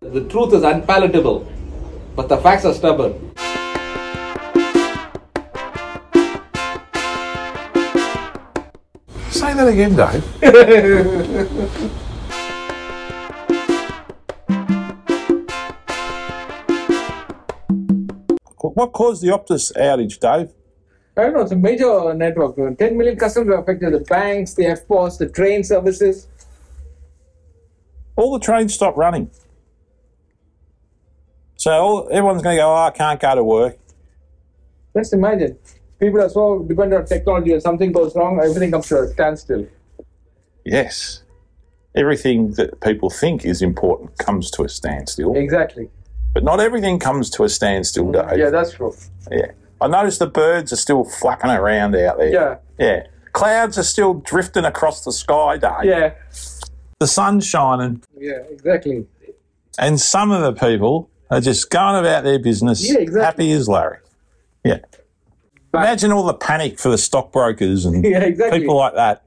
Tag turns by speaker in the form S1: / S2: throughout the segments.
S1: The truth is unpalatable, but the facts are stubborn.
S2: Say that again, Dave. Wh- what caused the Optus outage, Dave?
S3: I don't know, it's a major network. 10 million customers are affected the banks, the FPOS, the train services.
S2: All the trains stopped running. So all, everyone's going to go, oh, I can't go to work.
S3: Just imagine. People are so dependent on technology. If something goes wrong, everything comes to a standstill.
S2: Yes. Everything that people think is important comes to a standstill.
S3: Exactly.
S2: But not everything comes to a standstill, Dave.
S3: Yeah, that's true.
S2: Yeah. I noticed the birds are still flapping around out there.
S3: Yeah.
S2: Yeah. Clouds are still drifting across the sky, Dave.
S3: Yeah.
S2: The sun's shining,
S3: Yeah, exactly.
S2: and some of the people are just going about their business
S3: Yeah, exactly.
S2: happy as Larry. Yeah.
S3: But-
S2: Imagine all the panic for the stockbrokers and
S3: Yeah, exactly.
S2: people like that.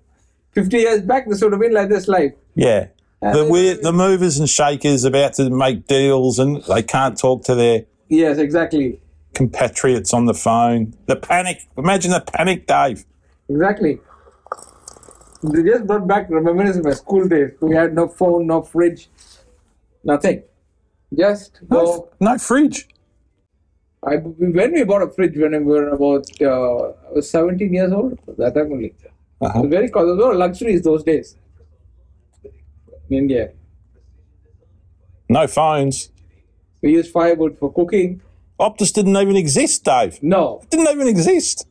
S3: 50 years back, this would have been like this life.
S2: Yeah. The,
S3: they-
S2: weird, the movers and shakers about to make deals and they can't talk to their
S3: Yes, exactly.
S2: compatriots on the phone. The panic. Imagine the panic, Dave.
S3: Exactly. They just brought back memories of my school days. We had no phone, no fridge, nothing. Just
S2: No,
S3: go.
S2: no fridge.
S3: I, when we bought a fridge when we were about uh, I was 17 years old, that time only.
S2: Uh-huh.
S3: Very cost- those were luxuries those days in India.
S2: No phones.
S3: We used firewood for cooking.
S2: Optus didn't even exist, Dave.
S3: No,
S2: Didn't even exist.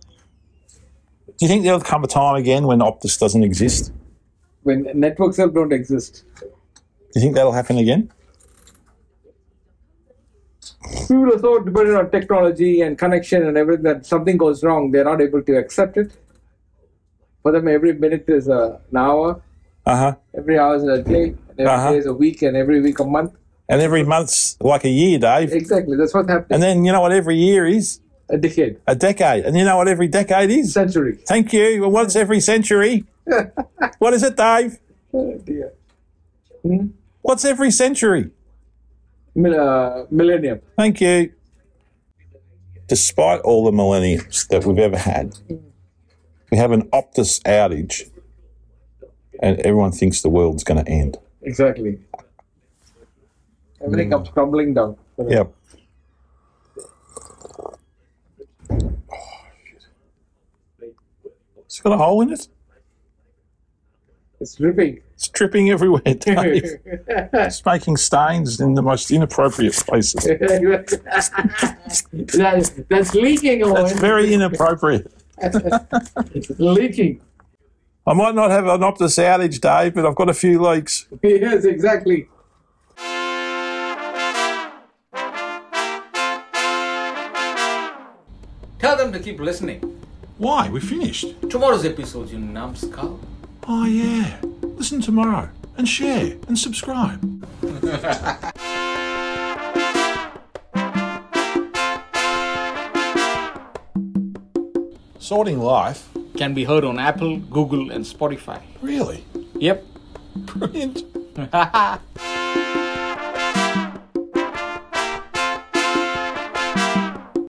S2: Do you think there'll come a time again when Optus doesn't exist?
S3: when networks help don't exist,
S2: Do you think that'll happen again?
S3: people are so dependent on technology and connection and everything that something goes wrong, they're not able to accept it. For them, every minute is a, an hour,
S2: Uh huh.
S3: every hour is a day, and every
S2: Uh-huh.
S3: day is a week, and every week a month.
S2: And every month's like a year, Dave.
S3: Exactly, that's what's happening.
S2: And then you know what every year is?
S3: a decade,
S2: A decade. And you know what every decade is?
S3: century.
S2: Thank you. Well, What's every century? what is it, Dave?
S3: Oh dear.
S2: What's every century?
S3: Mil- uh, millennium.
S2: Thank you. Despite all the millenniums that we've ever had, we have an Optus outage, and everyone thinks the world's going to end.
S3: Exactly.
S2: Hmm.
S3: Everything comes crumbling down.
S2: Yep. It's got a hole in it.
S3: It's dripping.
S2: It's dripping everywhere, Dave. it's making stains in the most inappropriate places.
S3: that's, that's leaking over.
S2: That's very inappropriate.
S3: leaking.
S2: I might not have an Optus outage, Dave, but I've got a few leaks.
S3: Yes, exactly.
S1: Tell them to keep listening.
S2: Why? We finished.
S1: Tomorrow's episode, you numbskull.
S2: Oh, yeah. Listen tomorrow and share and subscribe. Sorting life?
S1: Can be heard on Apple, Google, and Spotify.
S2: Really?
S1: Yep.
S2: Brilliant.